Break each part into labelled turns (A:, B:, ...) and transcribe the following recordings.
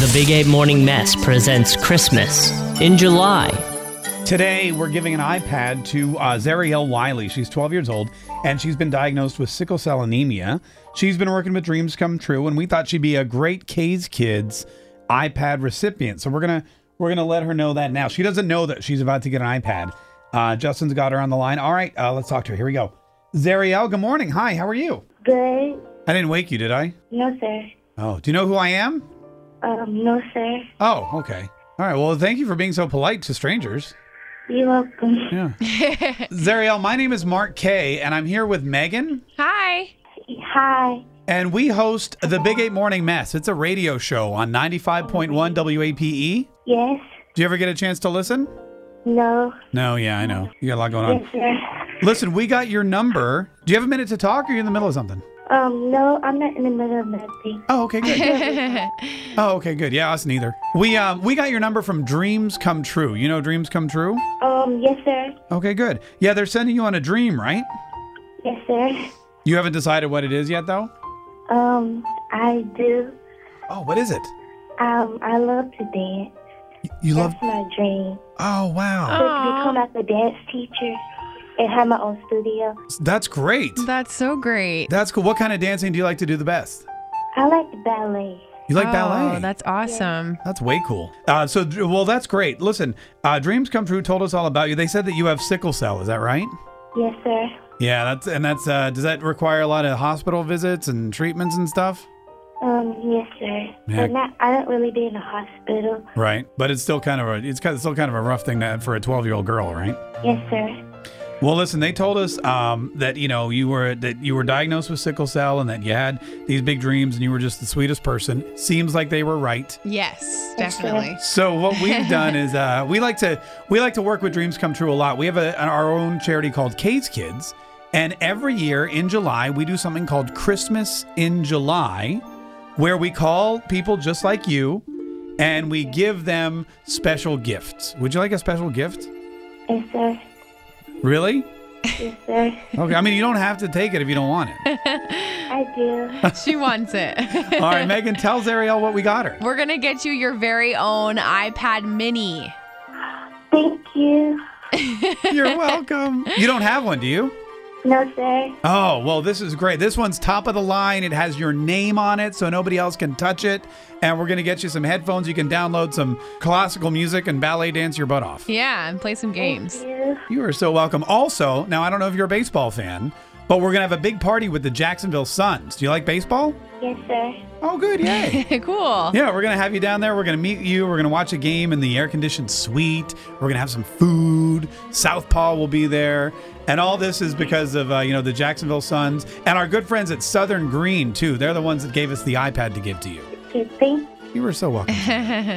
A: The Big Eight Morning Mess presents Christmas in July.
B: Today, we're giving an iPad to uh, Zariel Wiley. She's 12 years old, and she's been diagnosed with sickle cell anemia. She's been working with Dreams Come True, and we thought she'd be a great K's Kids iPad recipient. So we're gonna we're gonna let her know that now. She doesn't know that she's about to get an iPad. Uh, Justin's got her on the line. All right, uh, let's talk to her. Here we go. Zariel, good morning. Hi, how are you?
C: Good.
B: I didn't wake you, did I?
C: No, sir.
B: Oh, do you know who I am?
C: Um, no, sir.
B: Oh, okay. All right. Well, thank you for being so polite to strangers.
C: You're welcome.
B: Yeah. Zariel, my name is Mark Kay, and I'm here with Megan,
D: Hi.
C: Hi.
B: and we host the Big Eight Morning Mess. It's a radio show on 95.1 WAPE.
C: Yes.
B: E. Do you ever get a chance to listen?
C: No.
B: No, yeah, I know. You got a lot going on.
C: Yes, sir.
B: Listen, we got your number. Do you have a minute to talk, or are you in the middle of something?
C: Um, no, I'm not in the middle of nothing.
B: Oh, okay, good. oh, okay, good. Yeah, us neither. We um, we got your number from Dreams Come True. You know Dreams Come True?
C: Um, yes, sir.
B: Okay, good. Yeah, they're sending you on a dream, right?
C: Yes, sir.
B: You haven't decided what it is yet, though.
C: Um, I do.
B: Oh, what is it?
C: Um, I love to dance.
B: You love?
C: That's my dream.
B: Oh, wow.
C: To become like a dance teacher and have my own studio.
B: That's great.
D: That's so great.
B: That's cool. What kind of dancing do you like to do the best?
C: I like ballet.
B: You like
D: oh,
B: ballet?
D: That's awesome.
B: That's way cool. Uh, so, well, that's great. Listen, uh, Dreams Come True told us all about you. They said that you have sickle cell. Is that right?
C: Yes, sir.
B: Yeah, that's and that's. Uh, does that require a lot of hospital visits and treatments and stuff?
C: Um, yes, sir.
B: Yeah.
C: But not, I don't really be in the hospital.
B: Right, but it's still kind of a it's kind of, still kind of a rough thing to, for a twelve year old girl, right?
C: Yes, sir.
B: Well, listen, they told us um, that you know you were that you were diagnosed with sickle cell and that you had these big dreams and you were just the sweetest person. Seems like they were right.
D: Yes, definitely.
B: So what we've done is uh, we like to we like to work with Dreams Come True a lot. We have a, our own charity called K's Kids, and every year in July we do something called Christmas in July, where we call people just like you, and we give them special gifts. Would you like a special gift?
C: Yes, sir.
B: Really?
C: Yes, sir.
B: Okay. I mean, you don't have to take it if you don't want it.
C: I do.
D: she wants it.
B: All right, Megan, tell Zariel what we got her.
D: We're going to get you your very own iPad mini.
C: Thank you.
B: You're welcome. You don't have one, do you?
C: No, sir.
B: Oh, well, this is great. This one's top of the line. It has your name on it, so nobody else can touch it. And we're going to get you some headphones. You can download some classical music and ballet dance your butt off.
D: Yeah, and play some games.
C: You.
B: You are so welcome. Also, now I don't know if you're a baseball fan, but we're going to have a big party with the Jacksonville Suns. Do you like baseball?
C: Yes, sir.
B: Oh, good. Yay.
D: cool.
B: Yeah, we're going to have you down there. We're going to meet you. We're going to watch a game in the air conditioned suite. We're going to have some food. Southpaw will be there. And all this is because of, uh, you know, the Jacksonville Suns and our good friends at Southern Green, too. They're the ones that gave us the iPad to give to you.
C: Okay, thank
B: You were so welcome.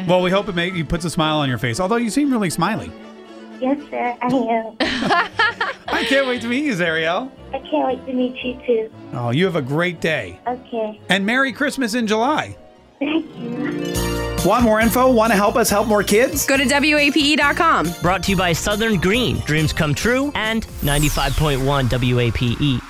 B: well, we hope it, make, it puts a smile on your face, although you seem really smiley.
C: Yes, sir, I am.
B: I can't wait to meet you, Zariel.
C: I can't wait to meet you too.
B: Oh, you have a great day.
C: Okay,
B: And Merry Christmas in July.
C: thank you.
B: Want more info? Want to help us help more kids?
D: Go to WAPE.com.
A: Brought to you by Southern Green, Dreams Come True, and 95.1 WAPE.